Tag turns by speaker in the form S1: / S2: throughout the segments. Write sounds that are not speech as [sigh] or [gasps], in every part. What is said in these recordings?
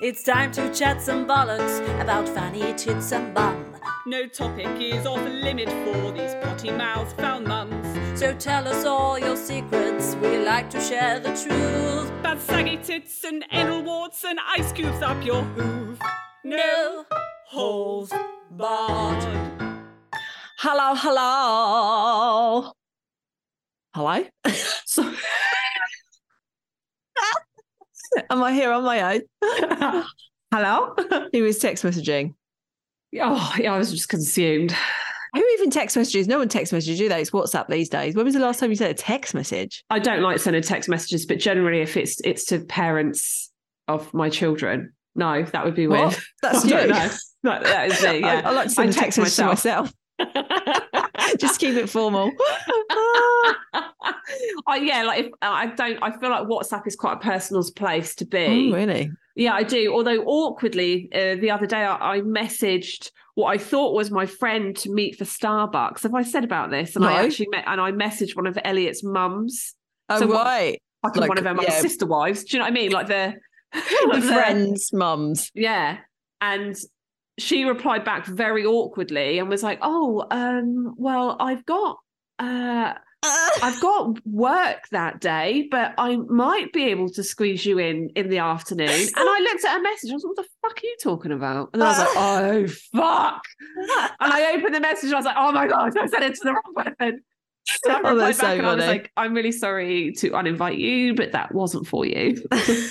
S1: It's time to chat some bollocks about fanny tits and bum.
S2: No topic is off limit for these potty mouth foul mums.
S1: So tell us all your secrets. We like to share the truth.
S2: Bad saggy tits and anal warts and ice cubes up your hoof.
S1: No holes barred.
S3: Hello, hello. Hello? so, am I here on my own? hello? Who is text messaging?
S4: Oh, yeah, I was just consumed.
S3: Who even text messages? No one text messages, do they? It's WhatsApp these days. When was the last time you sent a text message?
S4: I don't like sending text messages, but generally, if it's it's to parents of my children, no, that would be weird. [laughs]
S3: What? That's
S4: I
S3: you.
S4: don't
S3: [laughs]
S4: know. That, that is
S3: I-
S4: me. Yeah.
S3: I, [laughs] like to send
S4: I
S3: text,
S4: text
S3: messages to
S4: [laughs]
S3: myself. [laughs] Just keep it formal. Ah,
S4: oh yeah, like if I don't, I feel like WhatsApp is quite a personal place to be.
S3: oh, really?
S4: Yeah, I do. Although awkwardly, uh, the other day I, I messaged what I thought was my friend to meet for Starbucks. Have I said about this? And I
S3: No.
S4: actually met and I messaged one of Elliot's mums,
S3: Oh,
S4: So what- [laughs]
S3: right.
S4: like,
S3: Like,
S4: one of her mum's
S3: yeah.
S4: sister wives. Do you know what I mean? Like the,
S3: Your
S4: like the-
S3: friends' mums.
S4: Yeah, and she replied back very awkwardly and was like, "Oh, um, well, I've got." Uh, I've got work that day, but I might be able to squeeze you in in the afternoon. And I looked at her message. I was like, "What the fuck are you talking about?" And then I
S3: [laughs]
S4: was like, "Oh fuck!" And I opened the message. And I was like, "Oh my god, I sent it to the wrong person." So I
S3: Oh,
S4: replied back
S3: that's so
S4: and I was
S3: funny.
S4: like, "I'm really sorry to uninvite you, but that wasn't for you. [laughs]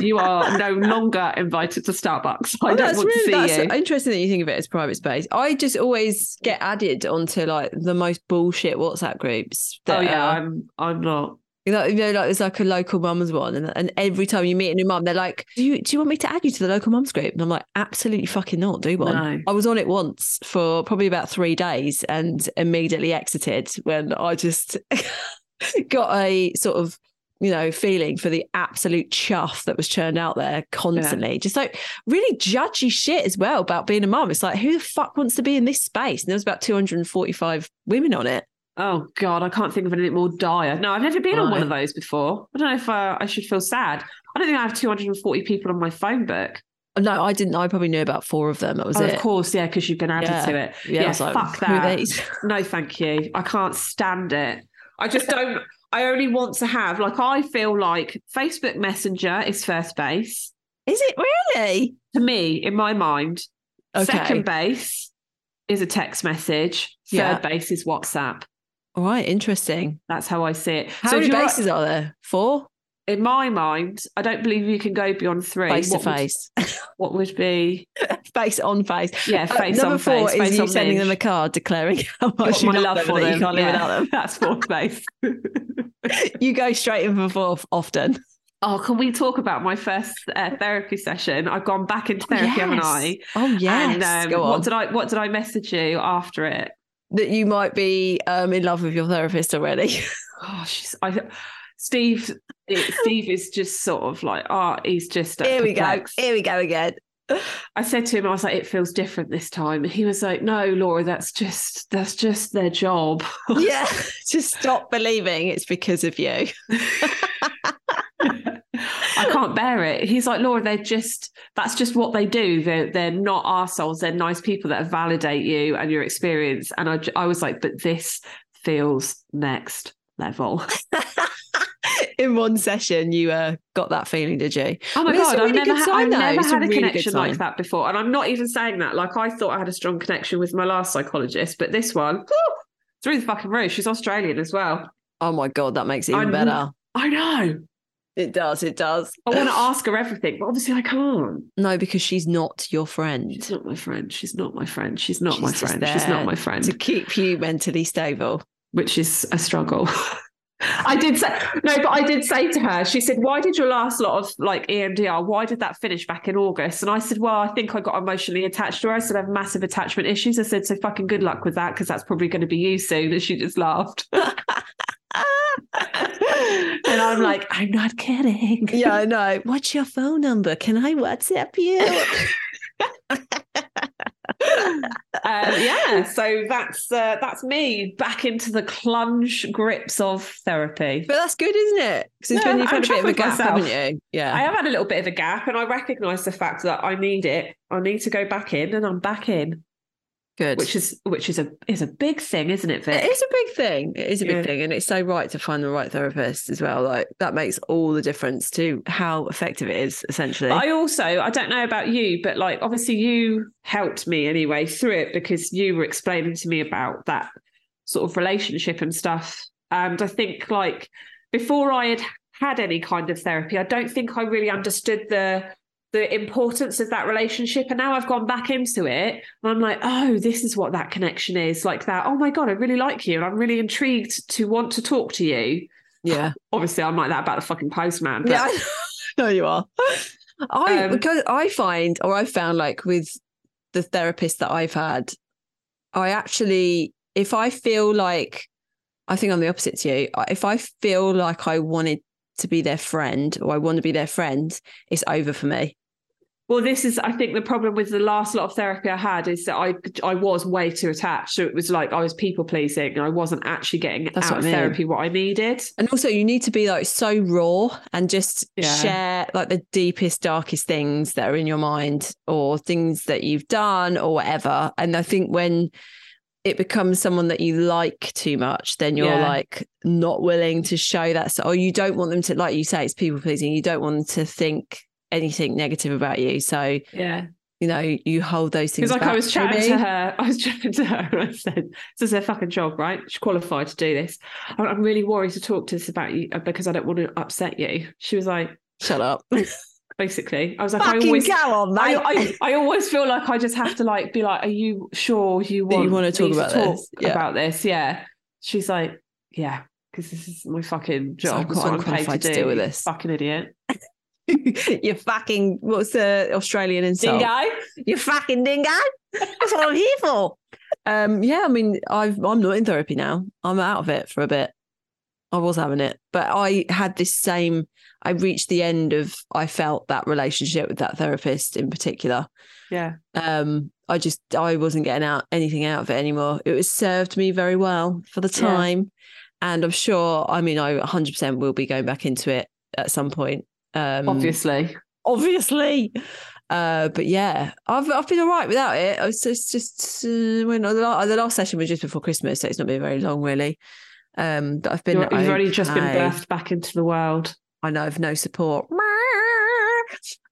S4: you are no longer invited to Starbucks. I
S3: Oh,
S4: don't want to see
S3: that's
S4: you."
S3: interesting that you think of it as private space. I just always get added onto like the most bullshit WhatsApp groups. That
S4: oh yeah,
S3: are-
S4: I'm. I'm not.
S3: you know, you know, like there's like a local mums one, and, and every time you meet a new mum, they're like, "Do you do you want me to add you to the local mums group?" And I'm like, "Absolutely fucking not, do one."
S4: No.
S3: I was on it once for probably about three days and immediately exited when I just [laughs] got a sort of you know feeling for the absolute chuff that was churned out there constantly just like really judgy shit as well about being a mum it's like who the fuck wants to be in this space and there was about 245 women on it
S4: Oh God, I can't think of anything more dire. No, I've never been on one
S3: Right.
S4: of those before. I don't know if uh, I should feel sad. I don't think I have 240 people on my phone book.
S3: no i didn't i probably knew about four of them that was
S4: oh,
S3: it
S4: of course, yeah, because you've been added
S3: Yeah.
S4: to it.
S3: yeah, I was like,
S4: fuck
S3: who are
S4: that. [laughs]
S3: these?
S4: No, thank you. I can't stand it. I just don't. I only want to have like I feel like Facebook Messenger is first base
S3: is it really
S4: to me in my mind.
S3: okay
S4: Second base is a text message. Third
S3: Yeah.
S4: base is WhatsApp.
S3: all right interesting
S4: That's how I see it.
S3: how
S4: So if
S3: many
S4: you're-
S3: bases are there four
S4: in my mind, I don't believe you can go beyond three.
S3: face to
S4: What would-
S3: face
S4: [laughs] what would be
S3: face on face
S4: yeah,
S3: Uh,
S4: face
S3: number
S4: on
S3: four
S4: face,
S3: is
S4: face
S3: you
S4: on
S3: sending
S4: binge.
S3: them a card declaring [laughs] how
S4: Got
S3: much you
S4: my
S3: love them
S4: love for
S3: and that
S4: them.
S3: you can't live
S4: yeah.
S3: without them.
S4: [laughs] That's
S3: [laughs]
S4: fourth base.
S3: You go straight in for fourth often.
S4: oh, can we talk about my first uh, therapy session? I've gone back into therapy, haven't I?
S3: Oh yes,
S4: And um,
S3: go on.
S4: what did I what did I message you after it?
S3: that you might be um, in love with your therapist
S4: [laughs]
S3: already.
S4: Oh, she's I. Steve, it, Steve is just sort of like, oh, he's just uh,
S3: Here we go.
S4: perplexed.
S3: Here we go
S4: [laughs]
S3: again.
S4: I said to him, I was like, it feels different this time. And he was like, no, Laura, that's just that's just their job.
S3: Yeah, [laughs] just stop believing it's because of you. [laughs]
S4: I can't bear it. He's like, Laura, they're just, that's just what they do. They're, they're not arseholes. They're nice people that validate you and your experience. And I, j- I was like, but this feels next level.
S3: in one session, you uh, got that feeling, did you?
S4: Oh my
S3: Well, it's a
S4: God, I've
S3: really
S4: never,
S3: good
S4: ha-
S3: sign,
S4: I've
S3: though.
S4: never
S3: It's a
S4: had a
S3: really good
S4: connection like
S3: sign.
S4: that before. And I'm not even saying that. Like, I thought I had a strong connection with my last psychologist, but this one, whew, through the fucking roof. She's Australian as well.
S3: Oh my god, that makes it even
S4: I'm-
S3: better.
S4: I know.
S3: It does. It does. [sighs]
S4: I want to ask her everything, but obviously I can't.
S3: No, because she's not your friend.
S4: She's not my friend. She's not my friend. She's not my
S3: She's just
S4: friend. She's
S3: there
S4: not my friend.
S3: To keep you mentally [laughs] stable.
S4: which is a struggle. I did say no, but I did say to her. She said, "Why did your last lot of like E EMDR? Why did that finish back in August?" And I said, "Well, I think I got emotionally attached to her. I said I have massive attachment issues. I said so. Fucking good luck with that, because that's probably going to be you soon." And she just laughed. and I'm like, I'm not [laughs] kidding.
S3: Yeah, I know. What's your phone number? Can I WhatsApp you?
S4: um, yeah, so that's uh, that's me back into the clunge grips of therapy.
S3: [laughs] But that's good, isn't it? Because
S4: No,
S3: when you've
S4: I'm
S3: had a bit of a
S4: chuffed with
S3: gap,
S4: myself.
S3: haven't you? Yeah.
S4: I have had a little bit of a gap, and I recognise the fact that I need it. I need to go back in, and I'm back in,
S3: good.
S4: which is which is a is a big thing, isn't it, Vic?
S3: It is a big thing. It is a big
S4: Yeah.
S3: thing. And it's so right to find the right therapist as well. Like that makes all the difference to how effective it is, essentially.
S4: But I also, I don't know about you, but like obviously you helped me anyway through it because you were explaining to me about that sort of relationship and stuff. And I think like before I had had any kind of therapy, I don't think I really understood the the importance of that relationship. And now I've gone back into it and I'm like, oh, this is what that connection is like that. Oh my God, I really like you. And I'm really intrigued to want to talk to you.
S3: yeah.
S4: Obviously, I'm like that about the fucking postman. But
S3: Yeah. [laughs] I
S4: [laughs]
S3: know you are. I
S4: Um,
S3: because I find or I found like with the therapist that I've had, I actually if I feel like I think I'm the opposite to you. I- If I feel like I wanted to be their friend or I want to be their friend, it's over for me.
S4: Well, this is, I think, the problem with the last lot of therapy I had is that I I was way too attached. So it was like I was people pleasing, and I wasn't actually getting
S3: That's
S4: out
S3: what
S4: of
S3: I mean.
S4: therapy what I needed.
S3: And also, you need to be like so raw and just
S4: Yeah.
S3: share like the deepest, darkest things that are in your mind or things that you've done or whatever. And I think when it becomes someone that you like too much, then you're
S4: Yeah.
S3: like not willing to show that. So, or you don't want them to, like you say, it's people pleasing. You don't want them to think anything negative about you. So,
S4: Yeah,
S3: you know, you hold those things.
S4: because like I
S3: back,
S4: was chatting
S3: maybe.
S4: to her, [laughs] I was chatting to her, and I said, "This is her fucking job, right? She's qualified to do this. I'm- I'm really worried to talk to this about you uh, because I don't want to upset you." She was like,
S3: Shut up.
S4: basically, I was like, "I
S3: Fucking
S4: always."
S3: go [laughs] on,
S4: I,
S3: mate.
S4: I, I always feel like I just have to like be like, are you sure you
S3: That
S4: want,
S3: you wanna
S4: me
S3: talk about
S4: talk
S3: this? Yeah.
S4: about this? Yeah. She's like, yeah, because this is my fucking
S3: So
S4: job.
S3: I'm
S4: That's what
S3: quite
S4: I'm paid to,
S3: unqualified
S4: do.
S3: to deal with
S4: you
S3: this."
S4: Fucking idiot.
S3: you fucking, what's the Australian insult? you fucking dingo. That's what I'm here for. Um, yeah, I mean, I've I'm not in therapy now. I'm out of it for a bit. I was having it, but I had this same. I reached the end of. I felt that relationship with that therapist in particular.
S4: Yeah.
S3: Um, I just I wasn't getting out anything out of it anymore. It was served me very well for the
S4: Yeah.
S3: time, and I'm sure. I mean, I 100 percent will be going back into it at some point. Um,
S4: Obviously.
S3: obviously. Uh, but yeah, I've I've been all right without it. I was just just uh, when the last, the last session was just before Christmas, so it's not been very long really. Um, but I've been
S4: You're- You've already just been
S3: okay.
S4: birthed back into the world.
S3: I know I've no support.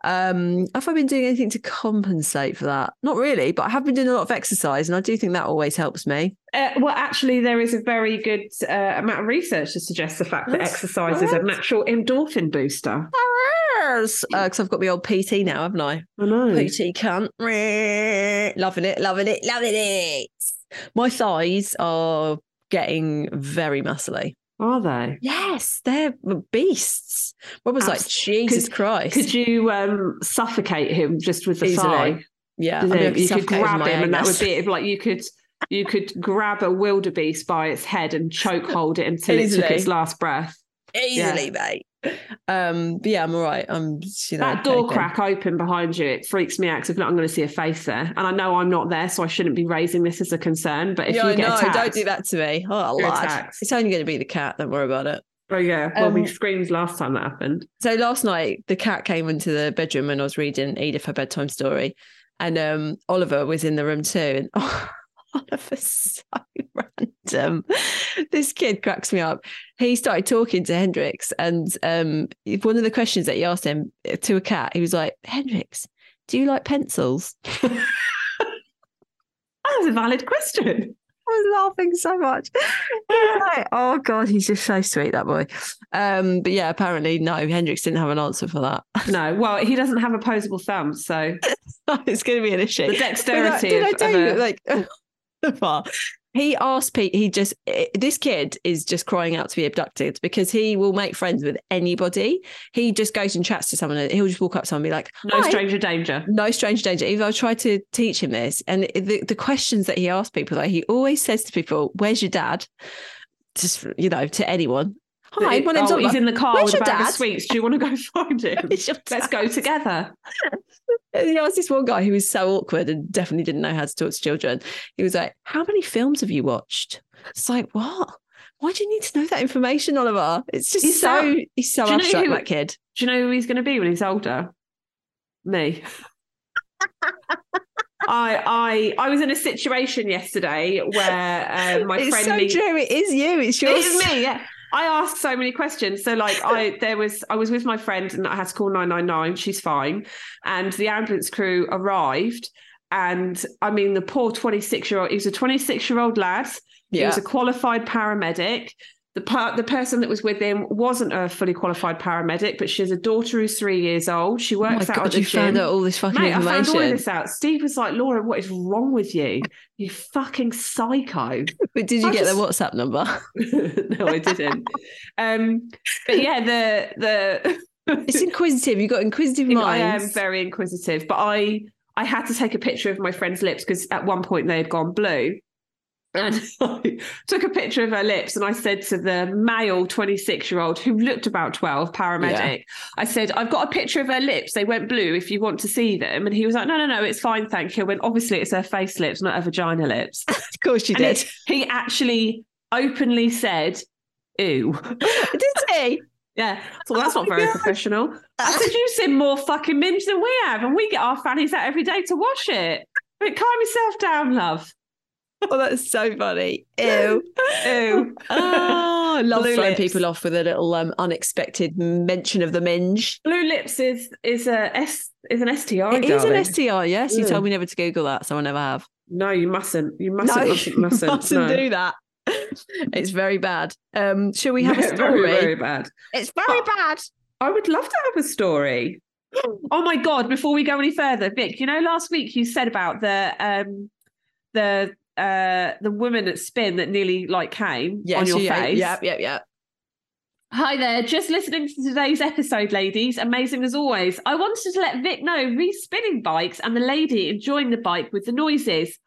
S3: Um, have I been doing anything to compensate for that? Not really, but I have been doing a lot of exercise, and I do think that always helps me.
S4: Uh, well, actually, there is a very good uh, amount of research to suggest the fact that
S3: That's
S4: exercise is a
S3: right.
S4: natural endorphin booster.
S3: Because Uh, I've got my old PT now, haven't I?
S4: I know.
S3: Pooty cunt. Loving it, loving it, loving it. My thighs are getting very muscly.
S4: Are they?
S3: Yes, they're beasts. Rob was like,
S4: Abs-
S3: Jesus
S4: could-
S3: Christ.
S4: Could you um, suffocate him just with the
S3: Easily.
S4: thigh?
S3: yeah,
S4: you,
S3: I mean, I
S4: know, you could
S3: suffocate with
S4: grab
S3: my
S4: him, and that would
S3: anus.
S4: be it. Like you could, you could grab a wildebeest by its head and choke hold it until it took
S3: Easily.
S4: its last breath.
S3: [laughs] easily, mate. Um, but yeah, I'm all right. I'm, you know,
S4: that door
S3: okay.
S4: crack open behind you, it freaks me out because if not, I'm going to see a face there, and I know I'm not there, so I shouldn't be raising this as a concern. But if
S3: yeah,
S4: you get
S3: no,
S4: attacked,
S3: don't do that to me. Oh,
S4: You're
S3: lad.
S4: attacked.
S3: It's only going to be the cat. Don't worry about it.
S4: Oh yeah, well we
S3: Um,
S4: screamed last time that happened.
S3: So last night, the cat came into the bedroom and I was reading Edith her bedtime story, and um, Oliver was in the room too. And [laughs] Oliver's so random. This kid cracks me up. He started talking to Hendrix, and um, one of the questions that he asked him uh, to a cat, he was like, "Hendrix, do you like pencils?" [laughs]
S4: That was a
S3: [laughs]
S4: valid question.
S3: I was laughing so much. He was like, oh god, he's just so sweet, that boy. Um, but yeah, apparently no, Hendrix didn't have an answer for that. [laughs]
S4: No, well he doesn't have opposable thumbs, so
S3: it's going to be an issue.
S4: the
S3: But that-
S4: dexterity.
S3: Did I
S4: of-
S3: tell
S4: of
S3: you,
S4: a-
S3: like, [laughs] the part? He asked Pete, he just, eh, this kid is just crying out to be abducted because he will make friends with anybody. He just goes and chats to someone and he'll just walk up to someone and be like,
S4: no
S3: "Hi."
S4: stranger danger.
S3: No strange danger. Even I tried to teach him this, and the, the questions that he asked people, like he always says to people, "Where's your dad?" Just you know, to anyone, Hi, my name's
S4: oh,
S3: Oliver.
S4: He's in the car
S3: Where's
S4: with
S3: your
S4: a bag
S3: dad?
S4: of sweets. Do you want to go [laughs] find him?
S3: It's your
S4: Let's
S3: dad.
S4: go together.
S3: And there was this one guy who was so awkward and definitely didn't know how to talk to children. He was like, How many films have you watched? It's like, What? Why do you need to know that information, Oliver? It's just
S4: He's
S3: so,
S4: so-
S3: [laughs] he's so
S4: Do you know
S3: abstract,
S4: who-
S3: that
S4: [laughs]
S3: kid.
S4: Do you know who he's going to be when he's older?
S3: [laughs]
S4: Me. I I I was in a situation yesterday where uh, my
S3: it's
S4: friend
S3: so
S4: Lee-
S3: true. It is you. It's yours.
S4: It is me, yeah. I asked so many questions. So like I there was I was with my friend and I had to call 999. She's fine. And the ambulance crew arrived. And I mean the poor 26 year old, he was a 26 year old lad.
S3: [laughs]
S4: He
S3: Yeah.
S4: was a qualified paramedic. The part the person that was with him wasn't a fully qualified paramedic, but she has a daughter who's three years old. She
S3: Oh my
S4: works out at
S3: God,
S4: the
S3: you
S4: gym.
S3: found out all this fucking
S4: Mate, I
S3: information.
S4: found all [laughs] of this out. Steve was like, Laura, what is wrong with you? You fucking psycho. [laughs]
S3: But did you
S4: I
S3: get
S4: just-
S3: the WhatsApp number?
S4: [laughs] no, I didn't. um, but yeah, the the
S3: It's inquisitive. You've got inquisitive
S4: I
S3: minds.
S4: am very inquisitive, but I I had to take a picture of my friend's lips because at one point they had gone blue. And [laughs] I took a picture of her lips and I said to the male 26 year old who looked about 12, paramedic, I said, I've got a picture of her lips. They went blue if you want to see them. And he was like, No, no, no, it's fine, thank you. I went, Obviously, it's her face lips, not her vagina lips.
S3: of course you
S4: And
S3: did.
S4: it- [laughs] he actually openly said, Ew. [laughs]
S3: did he?
S4: Yeah. So that's
S3: Oh
S4: not
S3: my
S4: very
S3: God.
S4: professional. I said, You've seen more fucking minge than we have, and we get our fannies out every day to wash it. But calm yourself down, love.
S3: Oh, that's so funny. [laughs] Ew.
S4: Ew.
S3: Oh, I love
S4: Blue
S3: throwing
S4: lips.
S3: people off with a little um, unexpected mention of the minge.
S4: Blue lips is is a S is an STI.
S3: It is
S4: darling.
S3: an STR, yes. You
S4: Yeah.
S3: told me never to Google that, so I never [laughs] have.
S4: No, you mustn't. You mustn't.
S3: no,
S4: mustn't, [laughs] mustn't.
S3: mustn't
S4: No.
S3: do that. [laughs] It's very bad. Um, shall we have a [laughs]
S4: [laughs] Very,
S3: story?
S4: Very, very bad.
S3: It's very
S4: Oh.
S3: bad.
S4: I would love to have a story. [gasps] Oh my god! Before we go any further, Vic, you know last week you said about the um the uh the woman at spin that nearly like came
S3: Yes,
S4: on your
S3: yeah,
S4: face.
S3: Yep, yep, yep.
S4: Hi there, just listening to today's episode, ladies. Amazing as always. I wanted to let Vic know Ree's spinning bikes and the lady enjoying the bike with the noises.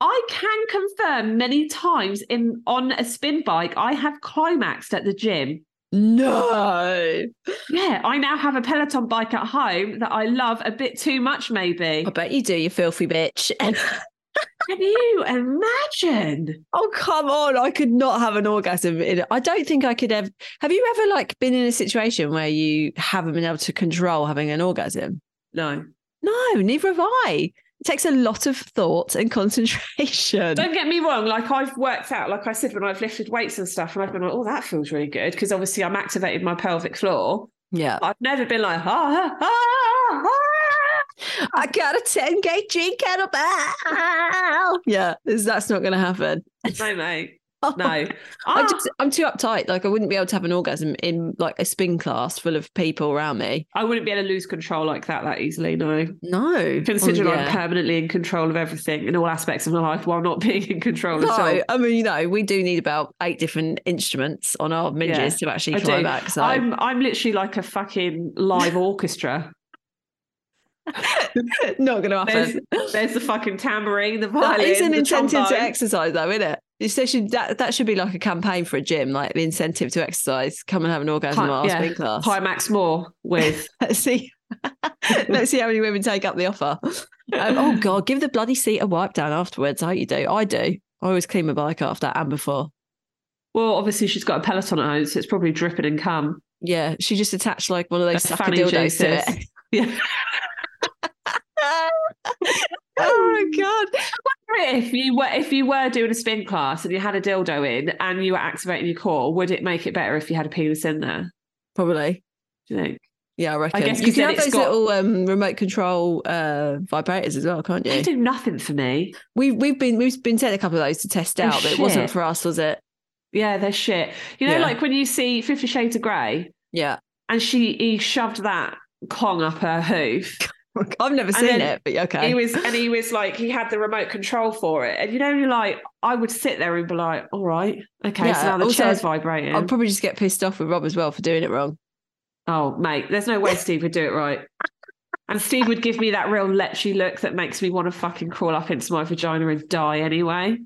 S4: I can confirm many times in on a spin bike I have climaxed at the gym.
S3: No.
S4: Yeah, I now have a Peloton bike at home that I love a bit too much, maybe.
S3: I bet you do, you filthy bitch. [laughs]
S4: Can you imagine?
S3: Oh come on! I could not have an orgasm. In it. I don't think I could ever. Have you ever like been in a situation where you haven't been able to control having an orgasm?
S4: No.
S3: No, neither have I. It takes a lot of thought and [laughs] concentration.
S4: Don't get me wrong, like I've worked out, like I said, when I've lifted weights and stuff, and I've been like, oh, that feels really good. Because obviously I'm activated my pelvic floor.
S3: yeah,
S4: I've never been like, ah, ah, ah, ah.
S3: I got a ten kg kettlebell. Yeah, this- that's not going to [laughs] happen.
S4: No, mate. No.
S3: I
S4: Ah.
S3: just, I'm too uptight. Like I wouldn't be able to have an orgasm in like a spin class full of people around me.
S4: I wouldn't be able to lose control like that that easily, no.
S3: No,
S4: Considering
S3: Well,
S4: I'm
S3: Oh, yeah.
S4: permanently in control of everything in all aspects of my life while not [laughs] being in control at all.
S3: No, I mean, you know, we do need about eight different instruments on our minges to actually
S4: I do.
S3: climax. So.
S4: I'm I'm literally like a fucking live orchestra.
S3: [laughs] not going to
S4: There's,
S3: [laughs] happen.
S4: there's the fucking tambourine, the violin,
S3: That is an
S4: the
S3: incentive to
S4: trombone.
S3: exercise, though, isn't it? It's- They should, that, that should be like a campaign for a gym, like the incentive to exercise. Come and have an orgasm
S4: Cli-
S3: at our
S4: yeah.
S3: spin class.
S4: Climax more with
S3: [laughs] Let's see. [laughs] Let's see how many women take up the offer. [laughs] Um, oh God, give the bloody seat a wipe down afterwards. I hope you do. I do. I always clean my bike after and before.
S4: well, obviously she's got a Peloton at home, so it's probably dripping in cum.
S3: Yeah, she just attached like one of those
S4: That's
S3: sucker
S4: funny,
S3: dildos to it.
S4: Jesus. [laughs] Yeah.
S3: [laughs] oh
S4: [laughs]
S3: god
S4: If you were if you were doing a spin class and you had a dildo in and you were activating your core, would it make it better if you had a penis in there?
S3: probably
S4: Do you think?
S3: yeah i reckon
S4: guess
S3: you
S4: 'cause
S3: can
S4: then
S3: have
S4: it's
S3: those
S4: got-
S3: little um, remote control uh, vibrators as well can't
S4: They
S3: you
S4: do nothing for me.
S3: we've, we've been we've been sent a couple of those to test
S4: Oh,
S3: out but it wasn't
S4: shit.
S3: for us was it
S4: Yeah, they're shit. You know,
S3: Yeah.
S4: like when you see Fifty Shades of Grey
S3: yeah
S4: and she he shoved that Kong up her hoof.
S3: i've never
S4: And
S3: seen
S4: then
S3: it but yeah, okay
S4: He was and he was like he had the remote control for it. And you know, you're like, I would sit there and be like, all right, okay,
S3: Yeah,
S4: so now the
S3: also-
S4: chair's vibrating.
S3: i'll probably just get pissed off with rob as well for doing it wrong
S4: Oh, mate, there's no way Steve would do it right. And Steve would give me that real lechy look that makes me want to fucking crawl up into my vagina and die anyway.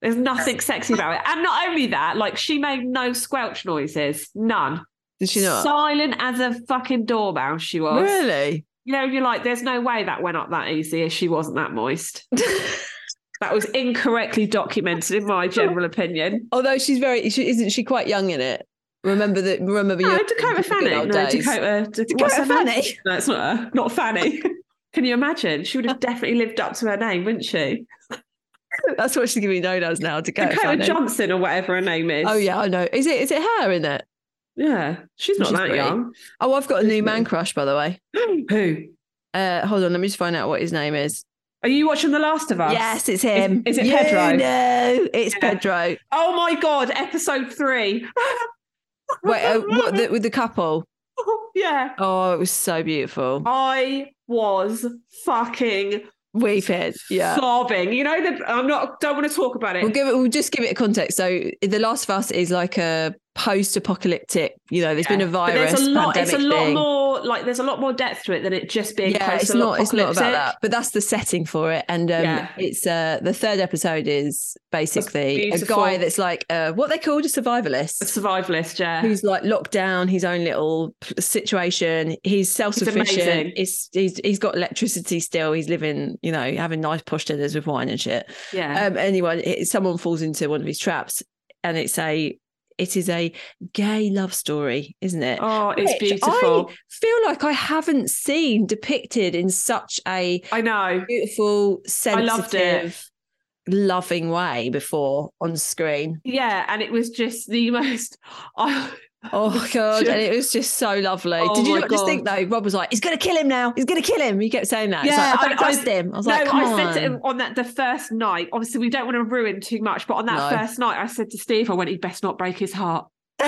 S4: There's nothing sexy about it. And not only that, like she made no squelch noises, none.
S3: Did she not?
S4: Silent as a fucking dormouse, she was.
S3: really?
S4: You know, you're like, there's no way that went up that easy if she wasn't that
S3: [laughs]
S4: moist. that was incorrectly documented, in
S3: [laughs]
S4: my general opinion.
S3: Although she's very, she, isn't she quite young in it? Remember that? Remember
S4: No,
S3: your
S4: Dakota
S3: good
S4: Fanning.
S3: old
S4: No,
S3: days.
S4: Dakota. Da-
S3: Dakota
S4: what's her name?
S3: [laughs] Fanning?
S4: No, it's not her. Not Fanny. [laughs] Can you imagine? She would have definitely lived up to her name, wouldn't she?
S3: That's what she's giving me known as now. Dakota,
S4: Dakota
S3: Fanning.
S4: Johnson or whatever her name is.
S3: Oh yeah, I know. Is it is it her in it?
S4: Yeah. She's not
S3: She's
S4: that
S3: pretty.
S4: young.
S3: Oh, I've got a new
S4: Isn't
S3: man
S4: it?
S3: crush, by the way.
S4: Who?
S3: Uh, hold on, let me just find out what his name is.
S4: Are you watching The Last of Us?
S3: Yes, it's him.
S4: is it
S3: You
S4: Pedro?
S3: No, it's
S4: Yeah. [laughs]
S3: Pedro.
S4: Oh my God, episode three.
S3: Wait, uh, what the, with the couple?
S4: [laughs] yeah.
S3: Oh, it was so beautiful.
S4: I was fucking
S3: Weeping. Yeah.
S4: sobbing. You know that I'm not. Don't want to talk about it.
S3: We'll give it. We'll just give it a context. So, The Last of Us is like a post-apocalyptic. You know, there's been a
S4: But
S3: virus.
S4: there's a lot. It's
S3: pandemic
S4: a lot
S3: thing.
S4: more. Like there's a lot more depth to it than it just being.
S3: Yeah,
S4: post
S3: it's not. It's not about
S4: apocalyptic.
S3: that. But that's the setting for it. And um,
S4: Yeah.
S3: it's uh, the third episode is basically a
S4: beautiful.
S3: guy that's like uh, what they called a survivalist.
S4: A survivalist, yeah.
S3: who's like locked down his own little p- situation. He's self
S4: amazing.
S3: sufficient. He's, he's he's got electricity still. He's living, you know, having nice posh dinners with wine and shit.
S4: yeah.
S3: Um, anyone, it- someone falls into one of his traps, and it's a it is a gay love story, isn't it?
S4: oh, it's
S3: Which
S4: beautiful.
S3: I feel like I haven't seen depicted in such a
S4: I, know.
S3: beautiful, sensitive,
S4: loved it.
S3: loving way before on screen.
S4: Yeah, and it was just the most. [laughs] I
S3: Oh god, and
S4: [laughs]
S3: it was just so lovely.
S4: Oh
S3: Did you
S4: my
S3: not just think though? Rob was like, "He's gonna kill him now. He's gonna kill him." He kept saying that.
S4: Yeah,
S3: Yeah, I
S4: I-
S3: don't
S4: I-
S3: trust him. I was
S4: no,
S3: like, "Come
S4: I said
S3: on."
S4: to him on that the first night. Obviously, we don't want to ruin too much, but on that
S3: No.
S4: first night, I said to Steve, "I went, he'd best not break his heart.
S3: [laughs]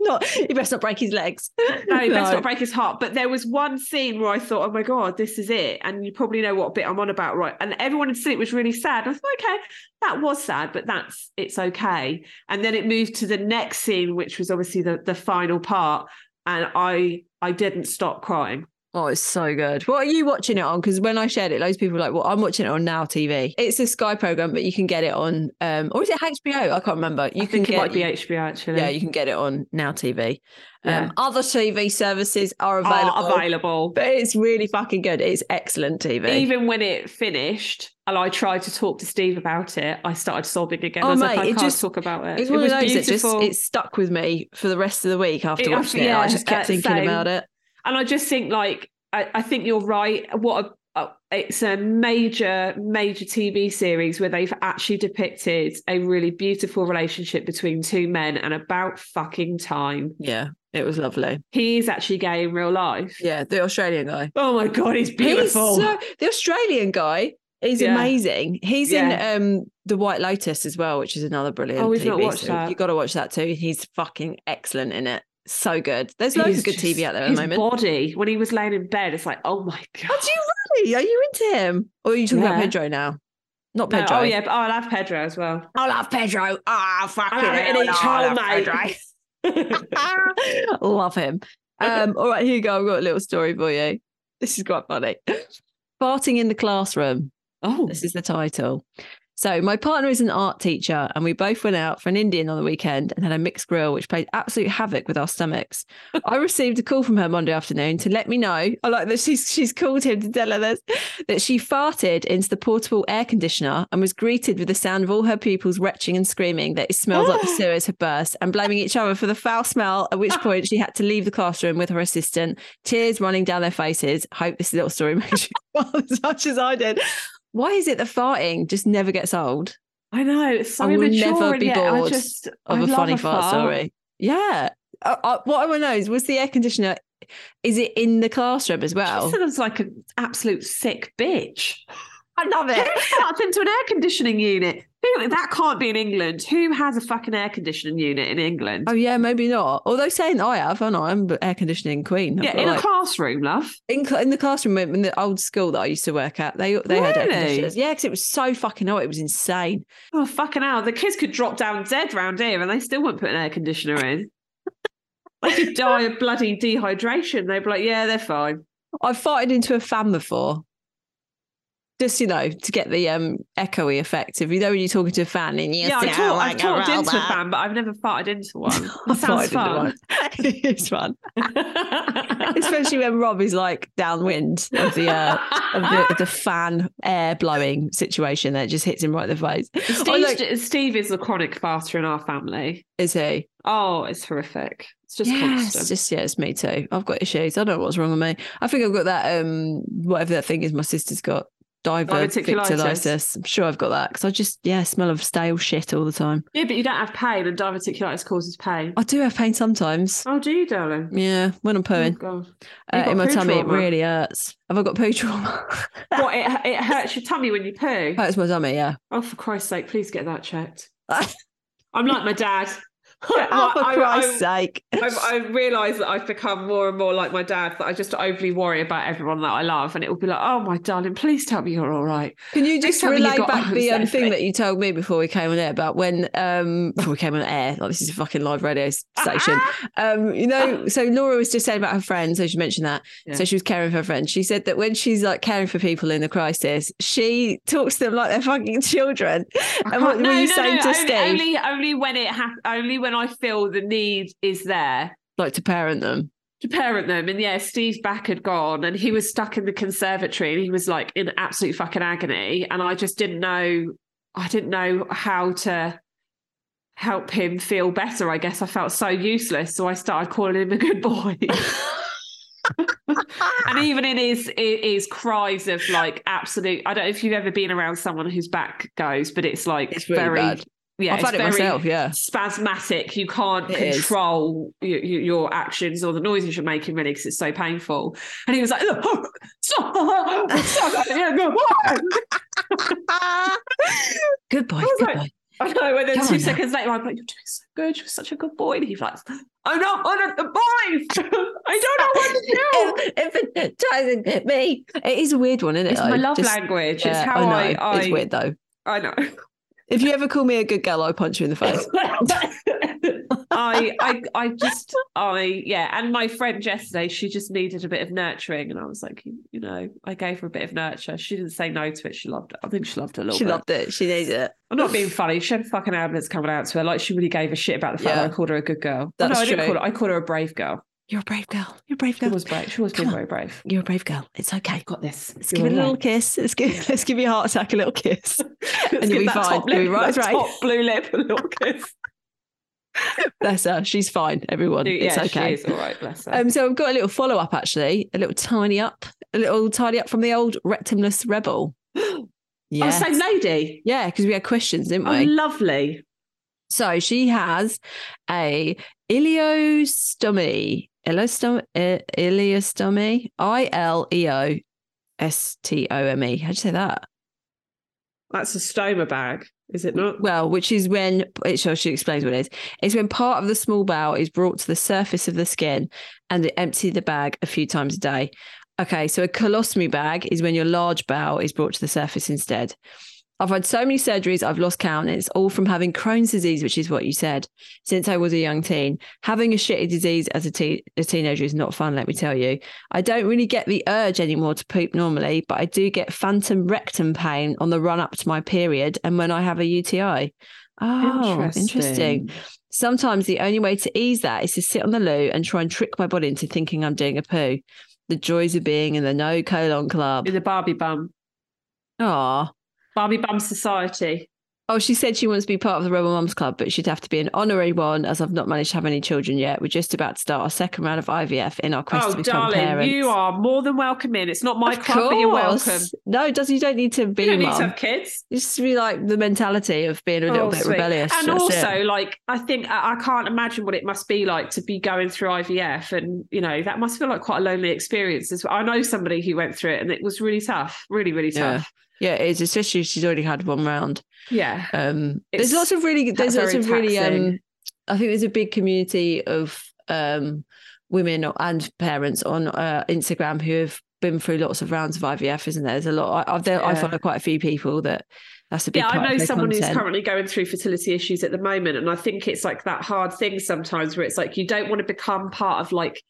S3: Not he best not break his legs.
S4: [laughs] No, he'd best not break his heart." But there was one scene where I thought, "Oh my god, this is it," and you probably know what bit I'm on about, right? And everyone had seen it was really sad. I was like, "Okay, that was sad, but that's it's okay." And then it moved to the next scene, which was obviously the the final part, and I I didn't stop crying.
S3: Oh, it's so good. What are you watching it on? Because when I shared it, loads of people were like, "Well, I'm watching it on Now TV. It's a Sky program, but you can get it on, um, or is it HBO? I can't remember. You
S4: You I
S3: can
S4: think
S3: get
S4: it might be HBO actually.
S3: yeah, you can get it on Now TV.
S4: Yeah.
S3: Um, other TV services are available,
S4: Are available.
S3: but it's really fucking good. It's excellent TV.
S4: even when it finished and I tried to talk to Steve about it, I started sobbing again.
S3: Oh,
S4: I was
S3: mate,
S4: like, I
S3: it
S4: can't
S3: just-
S4: talk about it.
S3: It's
S4: it
S3: one
S4: was
S3: of those that just
S4: beautiful.
S3: it stuck with me for the rest of the week after
S4: It-
S3: watching it. I
S4: yeah,
S3: just kept
S4: uh,
S3: thinking
S4: same.
S3: about it.
S4: and I just think like I, I think you're right. What a uh, it's a major, major TV series where they've actually depicted a really beautiful relationship between two men and about fucking time.
S3: Yeah, it was lovely.
S4: He is actually gay in real life.
S3: Yeah, the Australian guy.
S4: Oh my god, he's beautiful.
S3: He's so, the Australian guy is
S4: Yeah.
S3: amazing. He's
S4: Yeah.
S3: in um The White Lotus as well, which is another brilliant
S4: Oh, we've
S3: TV
S4: not watched
S3: series.
S4: that.
S3: you got to watch that too. He's fucking excellent in it. So good. There's loads
S4: He's
S3: of good
S4: just-
S3: TV out there at the
S4: his
S3: moment.
S4: Body when he was laying in bed, it's like, oh my [laughs] god.
S3: How do you really? Are you into him? Or are you talking about
S4: Yeah.
S3: Pedro now? Not
S4: No,
S3: Pedro.
S4: oh yeah, but I'll have Pedro
S3: [laughs]
S4: as well.
S3: I love Pedro. Ah, fucking
S4: have it in
S3: hell,
S4: each
S3: no,
S4: hole,
S3: love
S4: mate. Ah.
S3: Pedro.
S4: [laughs]
S3: [laughs] Love him. Um, all right, here you go. I've got a little story for you. This is quite funny. Farting in the classroom.
S4: oh,
S3: This is the title. So, my partner is an art teacher, and we both went out for an Indian on the weekend and had a mixed grill, which played absolute havoc with our stomachs. I received a call from her Monday afternoon to let me know. I like that she's she's called him to tell her this that she farted into the portable air conditioner and was greeted with the sound of all her pupils retching and screaming that it smells [gasps] like the sewers had burst and blaming each other for the foul smell. At [gasps] which point, she had to leave the classroom with her assistant, tears running down their faces. Hope this little story [laughs] makes you laugh as much as I did. Why is it that farting just never gets old
S4: I know. It's so
S3: I will
S4: immature.
S3: never
S4: and
S3: be
S4: yet I
S3: bored
S4: just
S3: of
S4: a
S3: a funny fart? Sorry. Yeah. I, I, what I want to know is was the air conditioner, is it in the classroom as
S4: She
S3: well?
S4: sounds like an absolute sick bitch.
S3: I love
S4: Who farts into an air conditioning unit? Who, that can't be in England. Who has a fucking air conditioning unit in England?
S3: Oh yeah, maybe not. Although saying I have, I know I'm the air conditioning queen. I've
S4: yeah,
S3: got,
S4: in a
S3: like-
S4: classroom, love.
S3: in, cl- in the classroom in the old school that I used to work at, they they had air
S4: Really?
S3: conditioners. Yeah, because it was so fucking hot, it was insane.
S4: Oh fucking hell! The kids could drop down dead round here, and they still wouldn't put an air conditioner in. they
S3: [laughs]
S4: could die of bloody dehydration. They'd be like, "Yeah, they're fine."
S3: I've farted into a fan before. just you know to get the um echoey effect. If you know when you're talking to a fan and you
S4: yeah, I
S3: sound
S4: talk,
S3: like
S4: I've
S3: a
S4: talked into a
S3: robot.
S4: fan, but I've never
S3: [laughs]
S4: farted into one.
S3: I
S4: It sounds
S3: farted into one.
S4: fun.
S3: [laughs] it's fun,
S4: [laughs]
S3: especially when Rob is like downwind of the uh, of the, of the fan air blowing situation that just hits him right in the face.
S4: Steve,
S3: Oh, look,
S4: Steve is the chronic farter in our family.
S3: is he?
S4: Oh, it's horrific. It's just
S3: Yes,
S4: constant.
S3: just yeah, it's me too. I've got issues. I don't know what's wrong with me. I think I've got that um whatever that thing is. My sister's got diverticulitis.
S4: Diverticulitis.
S3: I'm sure I've got that because I just yeah smell of stale shit all the time.
S4: yeah, but you don't have pain, and diverticulitis causes pain.
S3: I do have pain sometimes.
S4: Oh, do you, darling?
S3: Yeah, when I'm
S4: Oh,
S3: pooing
S4: God.
S3: uh,
S4: You've got
S3: in my
S4: poo
S3: tummy,
S4: trauma.
S3: it really hurts. Have I got poo trauma? [laughs]
S4: What, it, it hurts your tummy when you poo?
S3: hurts my tummy. Yeah.
S4: Oh, for Christ's sake, please get
S3: [laughs]
S4: that checked. I'm like my dad.
S3: Oh, [laughs]
S4: I-
S3: for
S4: I-
S3: Christ's
S4: I-
S3: sake.
S4: I've, I've realised that I've become more and more like my dad, that I just overly worry about everyone that I love. And it will be like, oh, my darling, please tell me you're all right.
S3: Can you just
S4: tell me you
S3: relay
S4: got
S3: back the um,
S4: arms
S3: thing
S4: open.
S3: that you told me before we came on air about when um before we came on air, like this is a fucking live radio
S4: Ah,
S3: station. Um, you know, so Laura was just saying about her friend, so she mentioned that.
S4: Yeah.
S3: So she was caring for her friend. She said that when she's like caring for people in the crisis, she talks to them like they're fucking children.
S4: I
S3: And what
S4: can't-
S3: were you saying to
S4: only,
S3: Steve?
S4: Only, only when it hap- only when I feel the need is there
S3: Like to parent them.
S4: to parent them. And yeah, Steve's back had gone, and he was stuck in the conservatory, and he was like in absolute fucking agony. And I just didn't know, I didn't know how to help him feel better. I guess I felt so useless, so I started calling him a
S3: [laughs]
S4: good boy. and even in his in his cries of like absolute, I don't know if you've ever been around someone whose back goes, but it's like
S3: It's really
S4: very.
S3: bad.
S4: Yeah,
S3: I've
S4: it's
S3: had it
S4: very-
S3: myself, yeah.
S4: spasmatic. You can't
S3: It is.
S4: control y- y- your actions or the noises you're making really because it's so painful. And he was like, "Look, stop, [laughs] stop. Yeah, go, why?"
S3: Good boy,
S4: was
S3: good
S4: like-
S3: boy.
S4: I know. And then
S3: Come
S4: two
S3: on now.
S4: seconds later, I'm like, "You're doing so good. You're such a good boy." And he's like, "I'm not one of the boys. [laughs] I don't know what to do."
S3: Infantilizing at me. It is a weird one, isn't [laughs] it?
S4: It's my
S3: though?
S4: love
S3: Just-
S4: language.
S3: yeah,
S4: it's how I.
S3: know.
S4: I,
S3: It's weird though.
S4: I know.
S3: If you ever call me a good girl, I'll punch you in the [laughs] face.
S4: I, I, I just, I, yeah. And my friend yesterday, she just needed a bit of nurturing, and I was like, you, you know, I gave her a bit of nurture. She didn't say no to it. She loved it. I think she loved it a little
S3: she
S4: bit.
S3: loved it. She needs it. [laughs]
S4: I'm not being funny. She had a fucking ambulance coming out to her. Like she really gave a shit about the fact
S3: Yeah.
S4: that I called her a good girl. Oh,
S3: That's
S4: no, I didn't
S3: true.
S4: call her. I called her a brave girl.
S3: You're a brave girl. You're a brave
S4: She
S3: girl.
S4: was brave. She was
S3: Come
S4: being
S3: on.
S4: very brave.
S3: You're a brave girl. It's okay.
S4: Got [laughs] this.
S3: Let's
S4: You're
S3: give it a
S4: all
S3: little
S4: right.
S3: kiss. Let's give let's give your heart attack a little
S4: [laughs]
S3: kiss.
S4: Let's
S3: and you'll
S4: give
S3: be
S4: that
S3: fine.
S4: top
S3: You'll be
S4: lip,
S3: right,
S4: that
S3: right.
S4: top blue lip [laughs] a little kiss.
S3: Bless her. She's fine, everyone. it's
S4: yeah,
S3: okay.
S4: She is all right. Bless her.
S3: Um, so I've got a little follow up actually, a little tiny up, a little tidy up from the old rectumless rebel.
S4: [gasps] Oh,
S3: Yeah.
S4: same lady.
S3: yeah, because we had questions, didn't
S4: Oh,
S3: we?
S4: lovely.
S3: So she has a ileostomy. Ileostomy. i- Ileostomy. I L E O S T O M E. How'd you say that?
S4: That's a stoma bag, is it not?
S3: Well, which is when it so she explains what it is. It's when part of the small bowel is brought to the surface of the skin and they empty the bag a few times a day. Okay, so a colostomy bag is when your large bowel is brought to the surface instead. I've had so many surgeries, I've lost count. and It's all from having Crohn's disease, which is what you said, since I was a young teen. Having a shitty disease as a, te- a teenager is not fun, let me tell you. I don't really get the urge anymore to poop normally, but I do get phantom rectum pain on the run up to my period and when I have a UTI. Oh, interesting. Sometimes the only way to ease that is to sit on the loo and try and trick my body into thinking I'm doing a poo. The joys of being in the no colon club.
S4: In the Barbie bum,
S3: Aw.
S4: Barbie bum society.
S3: Oh, she said she wants to be part of the Rebel Mums Club, but she'd have to be an honorary one as I've not managed to have any children yet. We're just about to start our second round of IVF in our quest
S4: Oh,
S3: to become
S4: darling,
S3: parents.
S4: you are more than welcome in. It's not my
S3: Of
S4: club, but you're
S3: course.
S4: welcome.
S3: No, it doesn't. You don't need to be
S4: You don't need
S3: mum.
S4: to have kids.
S3: It's just be like the mentality of being a little
S4: Oh,
S3: bit
S4: sweet.
S3: rebellious.
S4: And
S3: that's it.
S4: also, like, I think I, I can't imagine what it must be like to be going through IVF, and you know that must feel like quite a lonely experience. As well. I know somebody who went through it, and it was really tough, really, really
S3: Yeah.
S4: tough.
S3: yeah, it's especially if she's already had one round.
S4: Yeah,
S3: Um, there's
S4: It's
S3: lots of really, there's
S4: very
S3: lots of really, um,
S4: taxing.
S3: I think there's a big community of um, women and parents on uh, Instagram who have been through lots of rounds of IVF, isn't there? There's a lot. I, I've, there, I
S4: Yeah.
S3: follow quite a few people that that's a big.
S4: yeah.
S3: part of
S4: I know
S3: their
S4: someone who's
S3: content.
S4: currently going through fertility issues at the moment, and I think it's like that hard thing sometimes where it's like you don't want to become part of like,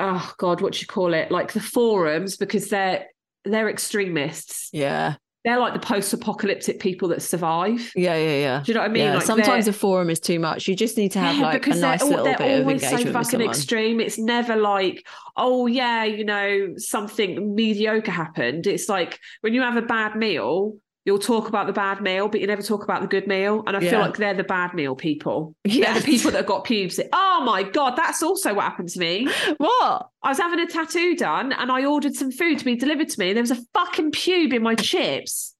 S4: oh god, what do you call it, like the forums because they're they're extremists.
S3: Yeah.
S4: They're like the post-apocalyptic people that survive.
S3: Yeah. Yeah. Yeah.
S4: Do you know what I mean?
S3: yeah.
S4: Like
S3: Sometimes
S4: they're-
S3: a forum is too much. You just need to have
S4: Yeah,
S3: like a
S4: because
S3: nice
S4: they're,
S3: little
S4: al- they're
S3: bit of
S4: always
S3: engagement
S4: so
S3: with
S4: fucking
S3: someone.
S4: extreme. It's never like, oh yeah, you know, something mediocre happened. It's like when you have a bad meal, you'll talk about the bad meal, but you never talk about the good meal. And I
S3: Yeah.
S4: feel like they're the bad meal people. They're
S3: yeah.
S4: the people
S3: [laughs]
S4: that have got pubes. Oh my god, that's also what happened to me.
S3: What?
S4: I was having a tattoo done, and I ordered some food to be delivered to me. And there was a fucking pube in my chips.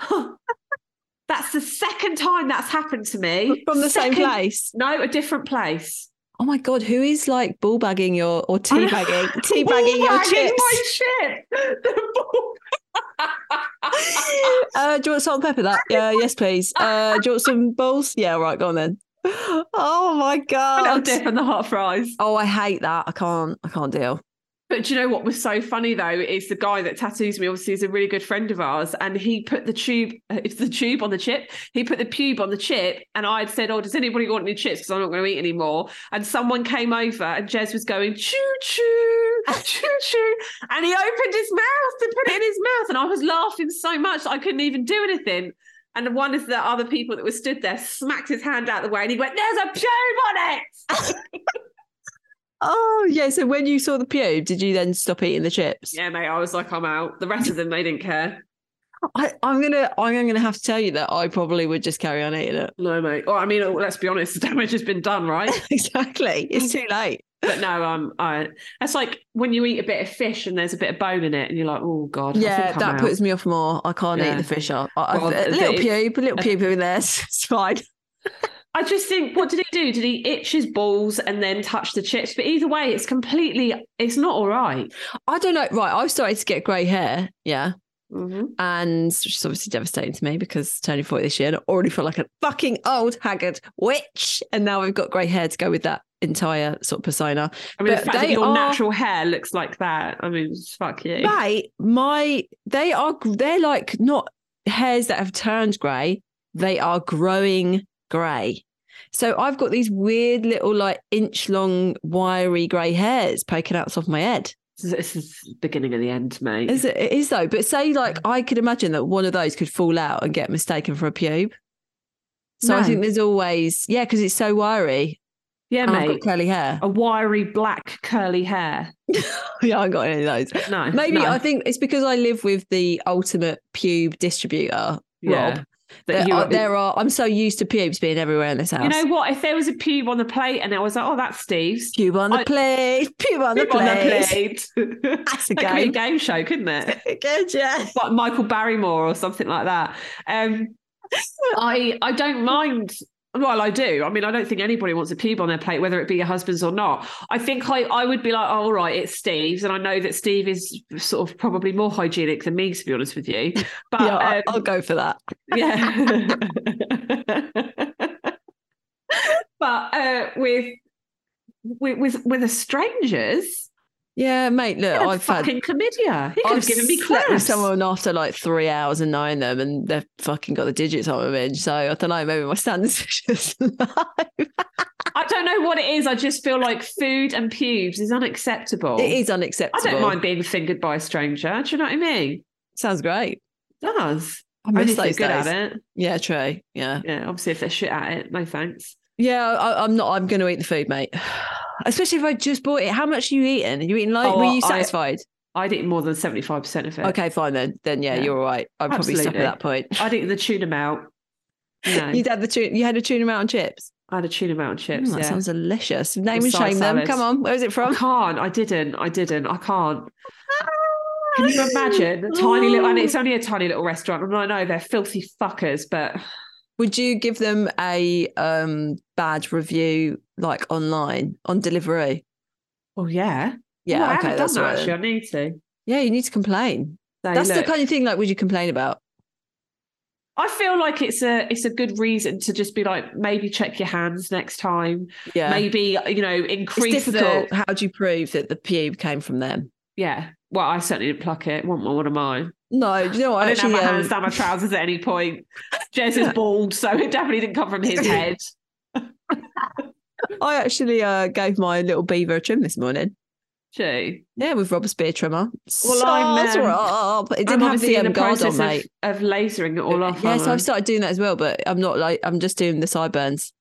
S4: [laughs] that's the second time that's happened to me
S3: From the same
S4: Second-
S3: place.
S4: No, a different place.
S3: Oh my god, who is like ball bagging your or tea bagging
S4: [laughs]
S3: tea bagging your
S4: Teabagging
S3: chips? Oh,
S4: My chip. [laughs] The ball-
S3: uh, do you want salt and pepper? That? Yeah, yes, please. Uh, do you want [laughs] some balls? Yeah, all right, go on then. Oh my
S4: A little
S3: god.
S4: dip and the hot fries.
S3: Oh, I hate that. I can't. I can't deal.
S4: But do you know what was so funny though is the guy that tattoos me obviously is a really good friend of ours, and he put the tube, [laughs] uh, it's the tube on the chip. He put the pube on the chip, and I had said, "Oh, does anybody want any chips? Because I'm not going to eat anymore." And someone came over, and Jez was going choo choo [laughs] choo choo, and he opened his mouth and put it in his mouth, and I was laughing so much that I couldn't even do anything. And one of the other people that was stood there smacked his hand out the way, and he went, "There's a pube on it."
S3: Oh yeah. So when you saw the pube, did you then stop eating the chips?
S4: Yeah, mate. I was like, "I'm out." The rest of them, they didn't care.
S3: I, I'm gonna. I'm gonna have to tell you that I probably would just carry on eating it. [laughs]
S4: No, mate. Well, I mean, uh, let's be honest, [laughs] the damage has been done, right?
S3: exactly. It's [laughs] too late.
S4: but no, um, I, that's like when you eat a bit of fish and there's a bit of bone in it, and you're like, oh god, I
S3: Yeah,
S4: think I'm
S3: that
S4: out."
S3: puts me off more. I can't eat
S4: Yeah.
S3: the fish up. I,
S4: Well,
S3: I, a little
S4: it-
S3: pube, a [laughs] little pube in there. It's fine.
S4: I just think, what did he do? Did he itch his balls and then touch the chips? But either way, it's completely, it's not all right.
S3: I don't know. Right, I've started to get grey hair. Yeah. Mm-hmm.
S4: Mhm.
S3: And which is obviously devastating to me because turning 40 this year, and I already feel like a fucking old haggard witch. And now I've got grey hair to go with that entire sort of persona.
S4: I mean,
S3: But
S4: the fact that
S3: they
S4: your
S3: are-
S4: natural hair looks like that. I mean, fuck you.
S3: Mate, my they are they're like not hairs that have turned grey, they are growing grey. So I've got these weird little like inch long wiry grey hairs poking out the top of my head.
S4: This is, this is the beginning of the end, mate.
S3: Is it, it is though, but say like I could imagine that one of those could fall out and get mistaken for a pube. So I
S4: No.
S3: think there's always yeah, because it's so wiry.
S4: yeah,
S3: and I've
S4: mate.
S3: got curly
S4: [laughs]
S3: hair. [laughs]
S4: A wiry black curly hair.
S3: yeah, I haven't got any
S4: [laughs]
S3: of those.
S4: No,
S3: Maybe
S4: no.
S3: I think it's because I live with the ultimate pube distributor. Rob,
S4: That
S3: there,
S4: you
S3: are,
S4: are-
S3: there are. I'm so used to pubes being everywhere in this house.
S4: You know what? If there was a pube on the plate and I was like, oh, that's Steve's.
S3: pube on the
S4: I-
S3: plate, [laughs] pube on the plate.
S4: plate.
S3: [laughs]
S4: [laughs]
S3: That's a
S4: that could be a
S3: game.
S4: game show, couldn't it?
S3: [laughs] Good, yeah.
S4: [laughs] Like Michael Barrymore or something like that. [laughs] Um, I I don't mind. Well, I do. I mean, I don't think anybody wants a pube on their plate, whether it be your husband's or not. I think I, I would be like, oh, all right, it's Steve's. And I know that Steve is sort of probably more hygienic than me, to be honest with [laughs] you. But
S3: yeah, I,
S4: um,
S3: I'll go for that.
S4: yeah. [laughs] but uh, with, with with with a strangers,
S3: Yeah, mate. Look,
S4: i
S3: I've had
S4: fucking chlamydia. He could
S3: I've
S4: have given me
S3: slept with
S4: class.
S3: someone after like three hours and knowing them, and they've fucking got the digits on them. in. So I don't know. Maybe my standards are [laughs] just low.
S4: I don't know what it is. I just feel like food and pubes is unacceptable.
S3: It is
S4: Oh. I
S3: unacceptable.
S4: don't mind being fingered by a stranger. Do you know what I mean?
S3: Sounds great.
S4: It does.
S3: I
S4: Only
S3: miss
S4: if they're
S3: those
S4: good
S3: days.
S4: at it.
S3: Yeah, true. Yeah,
S4: Yeah, obviously if they're shit at it, no thanks.
S3: yeah. I, I'm not. I'm going to eat the food, mate. [sighs] Especially if I just bought it. How much are you eating? Are you eating like?
S4: Oh,
S3: were you
S4: I-
S3: satisfied?
S4: I'd eat more than seventy five percent of it.
S3: Okay, fine then. Then yeah,
S4: Yeah.
S3: you're all right. I'd probably stop at
S4: Absolutely.
S3: that point.
S4: I'd eat the tuna melt. You know,
S3: You'd had the tuna, you had a tuna mountain chips.
S4: I had a tuna melt and
S3: Mm,
S4: chips.
S3: that
S4: yeah.
S3: sounds delicious. Name
S4: With
S3: and
S4: side
S3: shame them.
S4: salad.
S3: Come on, where is it
S4: I
S3: from?
S4: can't. I didn't. I didn't. I can't. Can you imagine? A tiny little, and it's only a tiny little restaurant. And I know they're filthy fuckers, but
S3: Would you give them a um bad review like online on delivery?
S4: oh yeah,
S3: Yeah,
S4: Well, I
S3: okay,
S4: haven't
S3: that's
S4: done
S3: all
S4: that
S3: right
S4: actually.
S3: then.
S4: I need to.
S3: Yeah, you need to complain.
S4: So,
S3: that's
S4: look,
S3: the kind of thing like would you complain about?
S4: I feel like it's a it's a good reason to just be like maybe check your hands next time.
S3: Yeah.
S4: Maybe you know
S3: it's
S4: increase
S3: difficult.
S4: the
S3: How do you prove that the pube came from them?
S4: yeah. Well, I certainly didn't pluck it. Want one, one of mine. [sighs]
S3: No, do you know what?
S4: I didn't
S3: actually,
S4: have my
S3: um,
S4: hands down my trousers at
S3: [laughs]
S4: any point. Jez is bald, so it definitely didn't come from his head.
S3: I actually uh, gave my little beaver a trim this morning.
S4: she?
S3: Yeah, with Rob's beer trimmer.
S4: Well, I'm,
S3: Soz
S4: um,
S3: Rob. It didn't
S4: I'm
S3: have the
S4: obviously in
S3: um,
S4: the
S3: guard on,
S4: process of,
S3: mate.
S4: of lasering it all off.
S3: yeah, so
S4: am I?
S3: I've started doing that as well, but I'm not like I'm just doing the sideburns.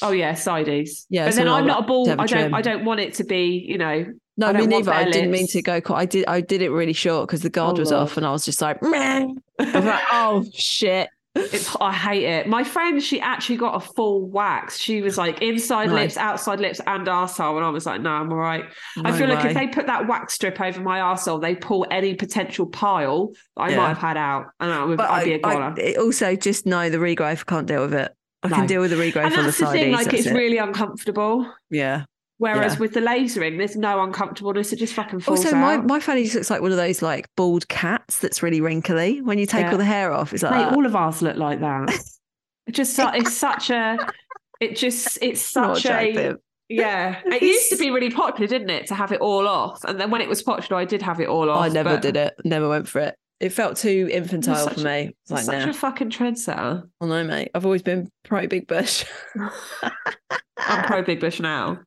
S4: Oh yeah, sides.
S3: Yeah,
S4: but
S3: so
S4: then
S3: now
S4: I'm
S3: I'll
S4: not a ball.
S3: have a
S4: I don't.
S3: trim.
S4: I don't want it to be. You know.
S3: No,
S4: I
S3: me
S4: don't want
S3: never. I
S4: bare
S3: didn't mean
S4: lips.
S3: to go. Quite, I did. I did it really short because the guard
S4: Oh,
S3: was
S4: Lord.
S3: off, and I was just
S4: [laughs]
S3: like, Meh. I was like, oh shit.
S4: It's, I hate it. My friend, she actually got a full wax. She was like inside
S3: Nice.
S4: lips, outside lips, and arsehole. And I was like, no, I'm all right. I
S3: No
S4: feel like if
S3: way.
S4: they put that wax strip over my arsehole, they pull any potential pile that I
S3: Yeah.
S4: might have had out. And I would,
S3: But
S4: I'd be a
S3: I- I-
S4: goner.
S3: it also, just know the regrowth. I can't deal with it. I
S4: No.
S3: can deal with the regrowth
S4: And
S3: on the
S4: that's the,
S3: side.
S4: thing, like, it's really uncomfortable.
S3: yeah.
S4: Whereas
S3: Yeah.
S4: with the lasering, there's no uncomfortableness. It just fucking falls
S3: Also, my,
S4: out.
S3: my fanny just looks like one of those like bald cats that's really wrinkly. When you take
S4: Yeah.
S3: all the hair off, it's like
S4: Mate,
S3: that.
S4: all of ours look like that. It just, su- it's such a, it just,
S3: [laughs]
S4: it's
S3: Not
S4: such a,
S3: attractive.
S4: Yeah, it used to be really popular, didn't it, to have it all off? And then when it was popular, I did have it all off.
S3: I never
S4: but
S3: did it. Never went for it. It felt too infantile
S4: such
S3: for
S4: a-
S3: me. It's
S4: I'm
S3: like,
S4: such
S3: nah.
S4: a fucking trendsetter.
S3: I know, mate. I've always been pretty big bush. [laughs]
S4: I'm pro Big Bush now.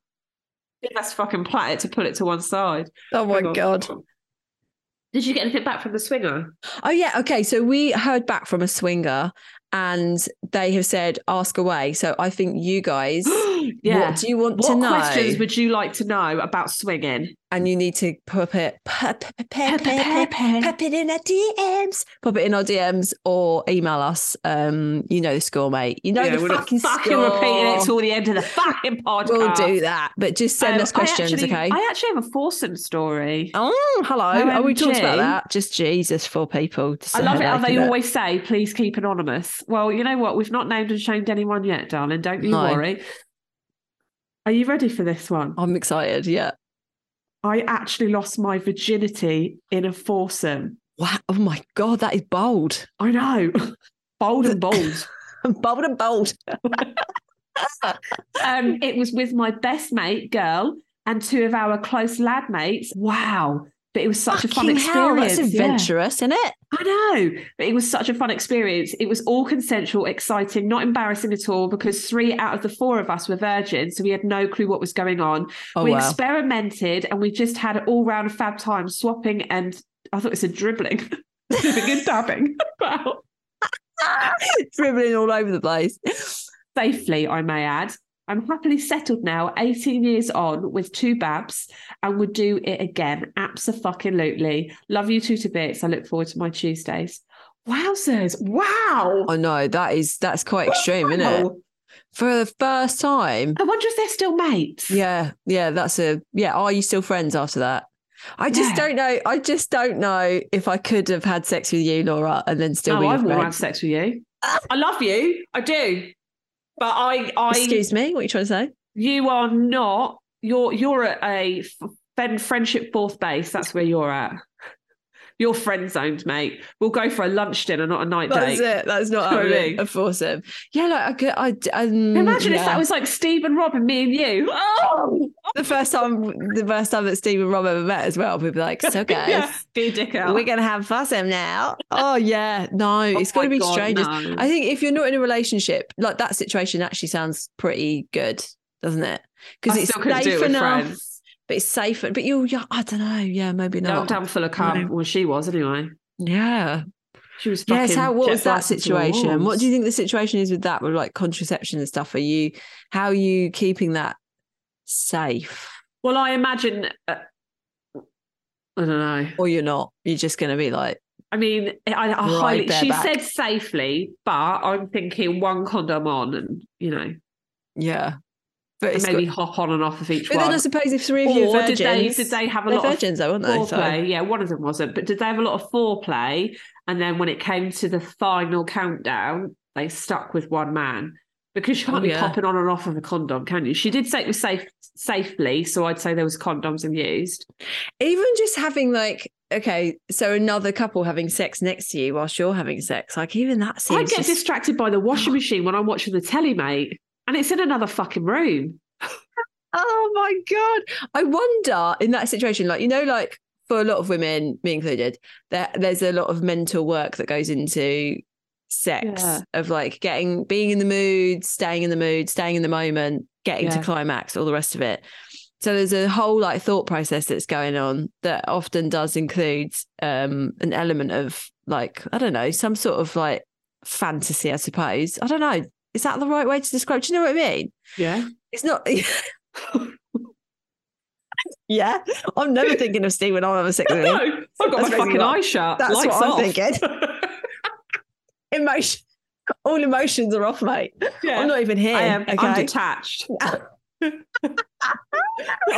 S4: That's fucking plait it to pull it to one side.
S3: oh my
S4: Hang on.
S3: god.
S4: Did you get anything back from the swinger?
S3: Oh yeah. Okay. So we heard back from a swinger, and they have said ask away. So I think you
S4: [gasps]
S3: guys.
S4: [gasps] yeah.
S3: What do you want
S4: What
S3: to know?
S4: questions would you like to know about swinging?
S3: and you need to pop it, pop, pop, pop, pop,
S4: Pepe.
S3: pop it in our DMs, pop it in our DMs, or email us. Um, you know the score, mate. You know
S4: Yeah,
S3: the
S4: we're not
S3: fucking,
S4: fucking
S3: score.
S4: repeating it till the end of the fucking podcast.
S3: We'll do that, but just send
S4: Um,
S3: us
S4: I
S3: questions,
S4: actually-
S3: okay?
S4: I actually have a foursome story.
S3: Oh, hello. Oh, we talked about
S4: OMG.
S3: that. Just Jesus, four people. Just
S4: I
S3: a
S4: love it how
S3: headache,
S4: they
S3: isn't
S4: always say, please keep anonymous. Well, you know what? We've not named and shamed anyone yet, darling. Don't you
S3: No.
S4: worry. Are you ready for this one?
S3: I'm excited. Yeah.
S4: I actually lost my virginity in a foursome.
S3: Wow. Oh my God, that is bold. [laughs]
S4: I know. [laughs] Bold and bold.
S3: bold and bold.
S4: um, it was with my best mate, girl, and two of our close lad mates. Wow. But it was such a fun
S3: Fucking hell,
S4: experience.
S3: that's
S4: yeah.
S3: adventurous, isn't it?
S4: I know, but it was such a fun experience. It was all consensual, exciting, not embarrassing at all because three out of the four of us were virgins, so we had no clue what was going on.
S3: Oh
S4: we
S3: wow.
S4: experimented and we just had an all round fab time swapping and I thought it said dribbling. [laughs] dribbling and dabbing about
S3: [laughs] Dribbling all over the place.
S4: safely, I may add. I'm happily settled now, 18 years on, with two babs, and would do it again. Absolutely. Love you two to bits. I look forward to my Tuesdays. Wowzers. Wow.
S3: I know Oh, that is that's quite extreme, isn't
S4: [laughs]
S3: it?
S4: Wow.
S3: For the first time.
S4: I wonder if they're still mates.
S3: Yeah, yeah, that's a yeah. Are you still friends after that? I just
S4: Yeah.
S3: don't know. I just don't know if I could have had sex with you, Laura, and then still
S4: No,
S3: be
S4: Oh, I
S3: your
S4: will
S3: friend.
S4: have sex with you. I love you. I do. But I, I,
S3: Excuse me, what are you trying to say?
S4: you are not. You're, you're at a f- friend friendship fourth base. That's where you're at. You're friend zoned, mate. We'll go for a lunch dinner, not a night
S3: That's
S4: date.
S3: it. That's not
S4: [laughs] Do you know what I
S3: happening.
S4: mean?
S3: A foursome. Yeah, like I could. I d- um,
S4: Imagine if
S3: yeah.
S4: that was like Steve and Rob and me and you. Oh,
S3: [laughs] the first time. The first time that Steve and Rob ever met as well. We'd be like, so guys.
S4: [laughs] Ah, yeah. Get your dick out.
S3: We're gonna have foursome now. Oh yeah, no, it's
S4: Oh my
S3: gonna be
S4: God,
S3: strangers.
S4: no.
S3: I think if you're not in a relationship, like that situation actually sounds pretty good, doesn't it? Because
S4: I
S3: it's
S4: still couldn't do it
S3: safe
S4: with
S3: enough,
S4: friends.
S3: but it's safe. But you're, yeah, I don't know. Yeah, maybe
S4: No, I'm
S3: not.
S4: down full of cum. Well, she was anyway.
S3: Yeah.
S4: She was.
S3: Yes.
S4: fucking
S3: how? What
S4: jet
S3: was that
S4: blacked into the
S3: situation? What
S4: walls.
S3: do you think the situation is with that? With like contraception and stuff? Are you? How are you keeping that safe?
S4: Well, I imagine. Uh, I don't know.
S3: Or you're not? You're just gonna be like,
S4: I mean, I, I
S3: Right
S4: highly.
S3: there
S4: She
S3: back.
S4: said safely, but I'm thinking one condom on, and you know,
S3: yeah. But it's
S4: and maybe hop on and off of each
S3: But
S4: one.
S3: then I suppose if three of you
S4: or
S3: are
S4: did
S3: virgins,
S4: they? Did they have a
S3: they're
S4: lot of
S3: virgins, though, aren't they? So-
S4: foreplay? Yeah, one of them wasn't. But did they have a lot of foreplay? And then when it came to the final countdown, they stuck with one man because you can't
S3: Oh,
S4: be
S3: yeah.
S4: popping on and off of a condom, can you? She did say it was safe safely, so I'd say there was condoms and used.
S3: even just having like okay so another couple having sex next to you whilst you're having sex like even that seems
S4: I get
S3: just- Oh.
S4: distracted by the washing machine when I'm watching the telly, mate, and it's in another fucking room.
S3: oh my god i wonder in that situation like you know like for a lot of women me included there, there's a lot of mental work that goes into sex
S4: Yeah.
S3: of like getting being in the mood staying in the mood staying in the moment getting
S4: Yeah.
S3: to climax all the rest of it So there's a whole like thought process that's going on that often does include um an element of like I don't know some sort of like fantasy I suppose I don't know is that the right way to describe do you know what I mean
S4: Yeah.
S3: it's
S4: [laughs]
S3: not yeah I'm never thinking of Steve when I'm having sex with
S4: [laughs] No,
S3: him That's
S4: I've got my
S3: basically
S4: fucking
S3: what-
S4: eye shut.
S3: that's
S4: Lights
S3: what I'm
S4: off. [laughs]
S3: thinking. [laughs] emotion all emotions are off mate
S4: yeah.
S3: I'm not even here
S4: I am. I'm
S3: okay [laughs]
S4: detached. I'm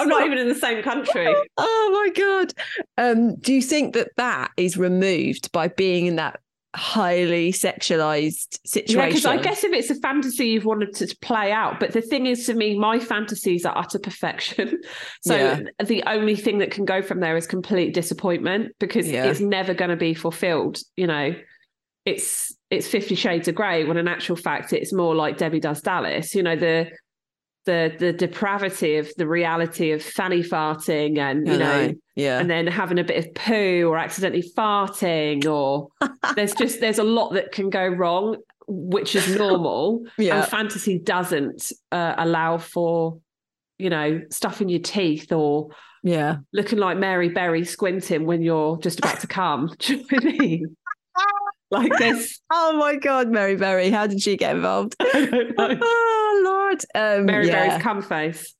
S4: not even in the same country.
S3: Oh my god. Um, do you think that that is removed by being in that highly sexualized situation?
S4: Yeah, because I guess if it's a fantasy you've wanted to play out, but the thing is, to me, my fantasies are utter perfection. [laughs] So
S3: Yeah.
S4: the only thing that can go from there is complete disappointment because
S3: Yeah.
S4: it's never going to be fulfilled. You know, it's it's Fifty Shades of Grey when in actual fact it's more like Debbie Does Dallas. You know the the the depravity of the reality of fanny farting and you know
S3: yeah,
S4: and then having a bit of poo or accidentally farting
S3: [laughs]
S4: or there's just there's a lot that can go wrong which is normal
S3: [laughs] yeah,
S4: and fantasy doesn't uh, allow for you know stuff in your teeth or
S3: yeah.
S4: looking like mary berry squinting when you're just about to come [laughs] do you know what i
S3: [laughs]
S4: mean like this
S3: Oh my god, Mary Berry, how did she get
S4: [laughs]
S3: involved? [laughs] oh Lord, um,
S4: mary
S3: yeah,
S4: berry's cum face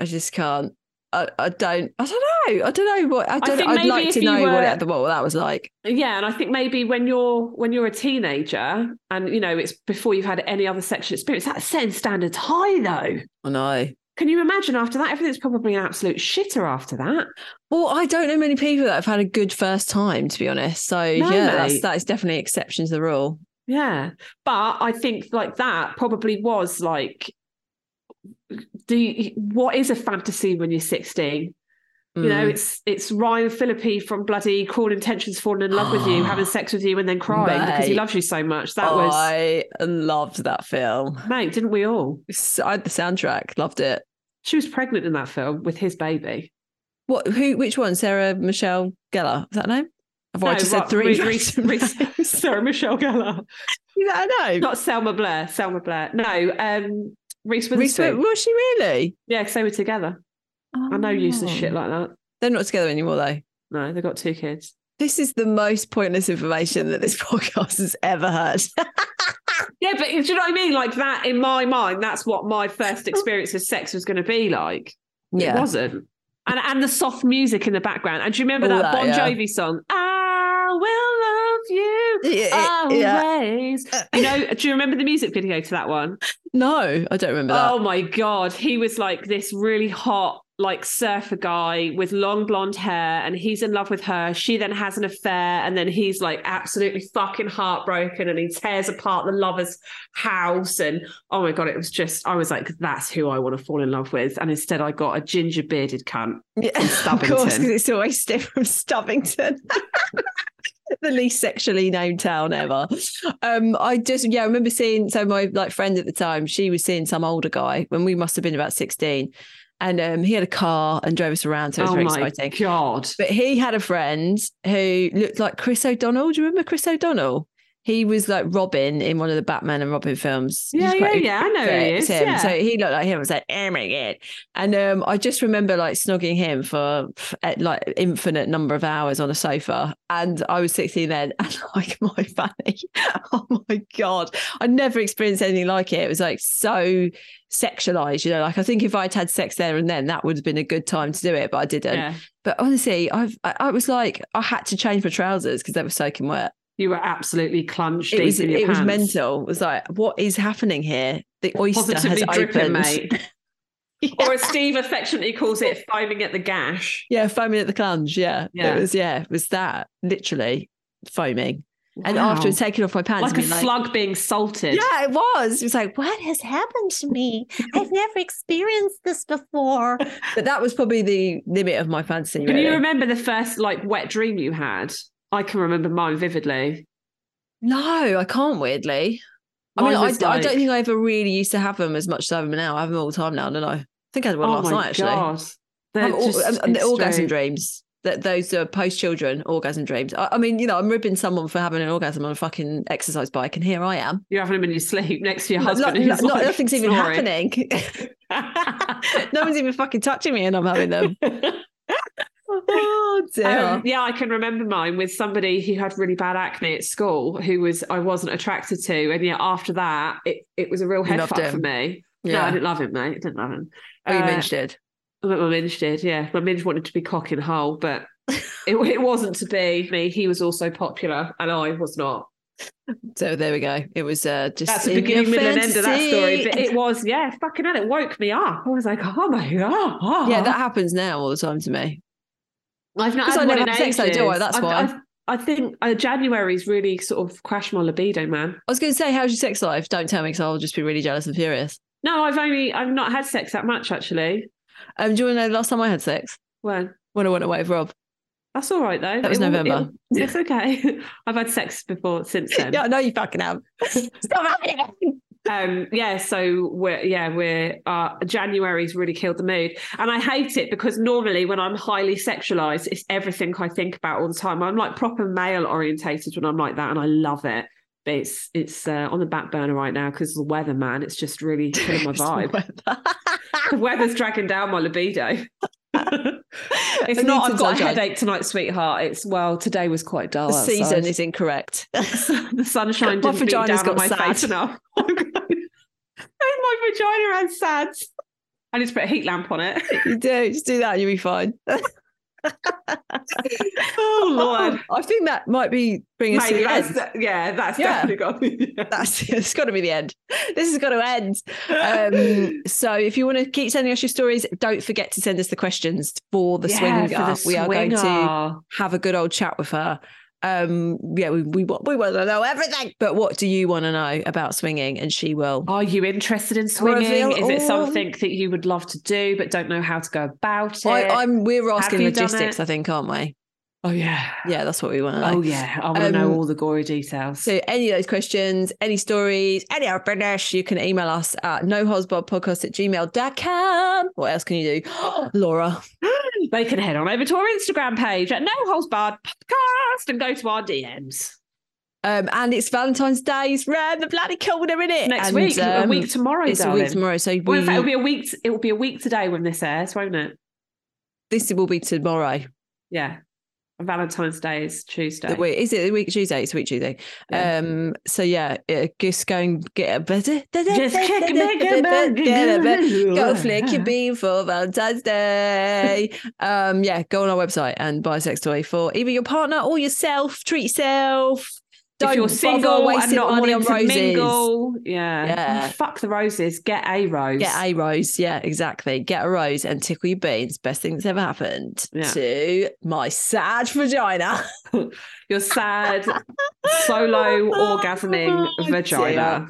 S3: I just can't. I, I don't. I don't know. I don't know what. I don't.
S4: think
S3: I'd
S4: maybe
S3: like
S4: if
S3: to
S4: you
S3: know
S4: were-
S3: what, it, what that was like.
S4: yeah and i think maybe when you're when you're a teenager and you know it's before you've had any other sexual experience that's setting standards high though
S3: I know.
S4: Can you imagine after that? Everything's probably an absolute shitter after that.
S3: Well, I don't know many people that have had a good first time, to be honest. So yeah, that's,
S4: mate.
S3: that is definitely an exception to the rule.
S4: Yeah. But I think like that probably was like, do you, what is a fantasy when you're 16? You know,
S3: Mm.
S4: it's it's Ryan Philippi from bloody Cruel Intentions falling in love with
S3: [gasps]
S4: you, having sex with you, and then crying because he
S3: Mate.
S4: loves you so much. That was
S3: I loved that film.
S4: mate, didn't we all?
S3: S- I had the soundtrack, loved it.
S4: She was pregnant in that film with his baby.
S3: What? Who? Which one? Sarah Michelle Gellar. Is that her name? I've already just said
S4: right,
S3: three.
S4: Reese- [laughs]
S3: random
S4: Reese-
S3: names.
S4: Reese- Sarah Michelle Gellar,
S3: [laughs] Is that her name?
S4: not Selma Blair. Selma Blair. No, um,
S3: Reese
S4: Reese Witherspoon.
S3: Wi- was she really?
S4: Yeah, because they were together. I know useless
S3: Oh.
S4: shit like that.
S3: They're not together anymore, though.
S4: No, they got two kids.
S3: This is the most pointless information that this [laughs] podcast has ever heard.
S4: Yeah, but do you know what I mean? Like that in my mind, that's what my [laughs] first experience of sex was going to be like. It
S3: yeah.
S4: wasn't. And and the soft music in the background. And do you remember
S3: All that,
S4: that, Bon
S3: yeah.
S4: Jovi song? I will
S3: Yeah,
S4: love you
S3: yeah.
S4: always. You know, do you remember the music video to that one?
S3: No, I don't remember that.
S4: Oh my god, he was like this really hot like surfer guy with long blonde hair and he's in love with her. She then has an affair and then he's like absolutely fucking heartbroken and he tears apart the lover's house and oh my god, it was just I was like that's who I want to fall in love with and instead I got a ginger bearded cunt.
S3: Yeah, of
S4: Stubbington.
S3: course, because it's always Steve from Stubbington. [laughs] the least sexually named town ever. Um, I just yeah, I remember seeing so my like friend at the time, she was seeing some older guy when we must have been about 16. And um he had a car and drove us around, so it was
S4: oh
S3: very
S4: my
S3: exciting.
S4: god.
S3: But he had a friend who looked like Chris O'Donnell. Do you remember Chris O'Donnell? He was like Robin in one of the Batman and Robin films. He
S4: Yeah,
S3: was
S4: yeah,
S3: quite
S4: yeah, I know who
S3: it
S4: he
S3: was
S4: is.
S3: him.
S4: Yeah.
S3: So um, he looked like him. I was like, oh my god. And um, I just remember like snogging him for pff, at, like infinite number of hours on a sofa. And I was 16 then, [laughs] and like my fanny. [laughs] Oh my god. I never experienced anything like it. It was like so sexualized, you know. Like I think if I'd had sex there and then, that would have been a good time to do it, but I didn't.
S4: yeah.
S3: But honestly, I've I, I was like, I had to change my trousers because they were soaking wet.
S4: You were absolutely clunched
S3: It
S4: deep
S3: was
S4: in your
S3: it was
S4: pants.
S3: mental. It was like, what is happening here? The oyster
S4: Positively
S3: has
S4: dripping,
S3: opened.
S4: mate.
S3: [laughs]
S4: Or as Steve affectionately calls it, foaming at the gash.
S3: Yeah, foaming at the clunge. Yeah.
S4: Yeah.
S3: It was, yeah, it was that literally foaming. And after
S4: Wow.
S3: taking off my pants,
S4: like a
S3: being like-
S4: slug being salted.
S3: yeah, it was. It was like, what has happened to me? I've never experienced this before. But that was probably the limit of my fancy.
S4: Can you
S3: really.
S4: remember the first like wet dream you had? I can remember mine vividly.
S3: No, I can't, weirdly. I mean,
S4: Mine
S3: I,
S4: was
S3: I don't
S4: like-
S3: think I ever really used to have them as much as I have them now. I have them all the time now, don't I? I think I had one
S4: oh
S3: last
S4: my
S3: night, actually.
S4: God.
S3: I
S4: They're
S3: have all- um,
S4: just
S3: and- and the orgasm
S4: extreme.
S3: dreams. that those are post children orgasm dreams. I, I mean, you know, I'm ribbing someone for having an orgasm on a fucking exercise bike, and here I am.
S4: You're having them in your sleep next to your
S3: Not-
S4: husband.
S3: not-
S4: who's
S3: not-
S4: like
S3: nothing's even
S4: snoring.
S3: happening. [laughs]
S4: [laughs]
S3: no one's even fucking touching me, and I'm having them. Oh dear.
S4: Um, yeah, I can remember mine with somebody who had really bad acne at school, who was I wasn't attracted to, and yet after that, it, it was a real
S3: You
S4: head
S3: loved
S4: fuck
S3: him.
S4: for me. No, I
S3: yeah.
S4: didn't love him, mate. I didn't love him.
S3: oh, you
S4: uh,
S3: mentioned it.
S4: But my minge did, yeah. My minge wanted to be cock and
S3: [laughs]
S4: hole, but it, it wasn't to be me. He was also popular, and I was not.
S3: So there we go. It was uh, just
S4: That's the
S3: in
S4: beginning,
S3: your
S4: middle, and end of that story. But
S3: fantasy.
S4: it was, yeah, fucking hell, it woke me up. I was like, oh my god,
S3: yeah, that happens now all the time to me.
S4: I've not
S3: 'Cause
S4: had
S3: I
S4: one
S3: never had
S4: in
S3: sex, though, do I?
S4: ages.
S3: That's
S4: I've-
S3: why.
S4: I've- I think uh, January's really sort of crashed my libido, man.
S3: I was going to say, how's your sex life? Don't tell me because I'll just be really jealous and furious.
S4: No, I've only I've not had sex that much actually.
S3: Um, do you want to know the last time I had sex?
S4: Well,
S3: When I went away with Rob.
S4: that's all right though.
S3: That was
S4: It will-
S3: November.
S4: it- it's okay. [laughs] I've had sex before since then.
S3: Yeah, I know you fucking [laughs] have. Stop having it.
S4: um yeah so we're yeah we're uh january's really killed the mood and i hate it because normally when i'm highly sexualized it's everything i think about all the time i'm like proper male orientated when i'm like that and i love it but it's it's uh, on the back burner right now because the weather man it's just really killing
S3: [laughs]
S4: my
S3: It's the
S4: vibe
S3: weather. [laughs]
S4: the weather's dragging down my libido it's
S3: I need
S4: not
S3: to
S4: i've got a
S3: judge.
S4: headache tonight sweetheart it's well today was quite dull
S3: The season
S4: outside.
S3: is [laughs] incorrect.
S4: the sunshine
S3: My
S4: didn't beat
S3: vagina's
S4: down
S3: got
S4: on my face [laughs]
S3: sad.
S4: enough. my vagina had sads. I need to put a heat lamp on it.
S3: you do just do that, and you'll be fine.
S4: [laughs] [laughs] Oh
S3: um, I think that might be bringing us to
S4: Maybe
S3: the
S4: that's
S3: end.
S4: de- yeah, that's
S3: Yeah.
S4: definitely got [laughs] yeah.
S3: [laughs] That's it's got to be the end. This has got to end. [laughs] Um, so if you want to keep sending us your stories, don't forget to send us the questions for the
S4: Yeah,
S3: swinger.
S4: for the
S3: We are going to
S4: swinger.
S3: have a good old chat with her. Um, yeah, we we, wa- we want to know everything. But what do you want to know about swinging? And she will.
S4: Are you interested in swinging?
S3: Reveal
S4: Is it
S3: all-
S4: something that you would love to do but don't know how to go about it?
S3: I, I'm we're asking
S4: you done
S3: logistics,
S4: it?
S3: I think, aren't we?
S4: oh yeah.
S3: Yeah, that's what we want to know.
S4: Oh yeah. I want to know
S3: Um,
S4: all the gory details.
S3: So any of those questions, any stories, any of British, you can email us at nohosbobpodcast at gmail.com. What else can you do? [gasps] Laura.
S4: they can head on over to our Instagram page at No Holes Barred Podcast and go to our DMs.
S3: Um, and it's Valentine's Day. It's round the bloody corner, in it?
S4: next
S3: And,
S4: week, a
S3: um,
S4: week tomorrow,
S3: It's
S4: darling.
S3: a week tomorrow. So we,
S4: Well, in fact, it'll be a week. It will be a week today when this airs, won't it?
S3: this will be tomorrow.
S4: Yeah. Valentine's Day is Tuesday.
S3: The week, is it the week Tuesday? It's week Tuesday.
S4: Yeah.
S3: Um, so yeah, uh, just go and get a better.
S4: Just kick back and back and [laughs]
S3: Go flick your bean for Valentine's Day. um, yeah, go on our website and buy a sex toy for either your partner or yourself. Treat yourself.
S4: If you're
S3: bother
S4: single and
S3: wasting
S4: not
S3: money
S4: wanting
S3: on
S4: to
S3: roses.
S4: mingle, yeah. Oh,
S3: Yeah.
S4: Fuck the roses. Get a rose.
S3: Get a rose. Yeah, exactly. Get a rose and tickle your beans. Best thing that's ever happened
S4: Yeah.
S3: to my sad vagina. [laughs]
S4: Your sad solo orgasming
S3: Oh,
S4: vagina.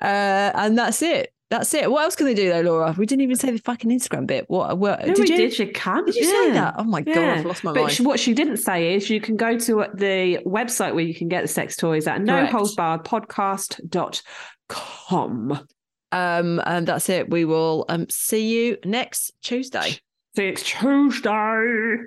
S3: Uh, and that's it. That's it. What else can they do though, Laura? We didn't even say the fucking Instagram bit. What? what
S4: No,
S3: did,
S4: we
S3: you?
S4: did. You can't.
S3: Did you say that? Oh my god,
S4: Yeah.
S3: I've lost my
S4: But
S3: mind.
S4: she, what she didn't say is you can go to the website where you can get the sex toys at no
S3: Correct.
S4: holes barred podcast.com.
S3: um, and that's it. We will um see you next Tuesday.
S4: See you next Tuesday.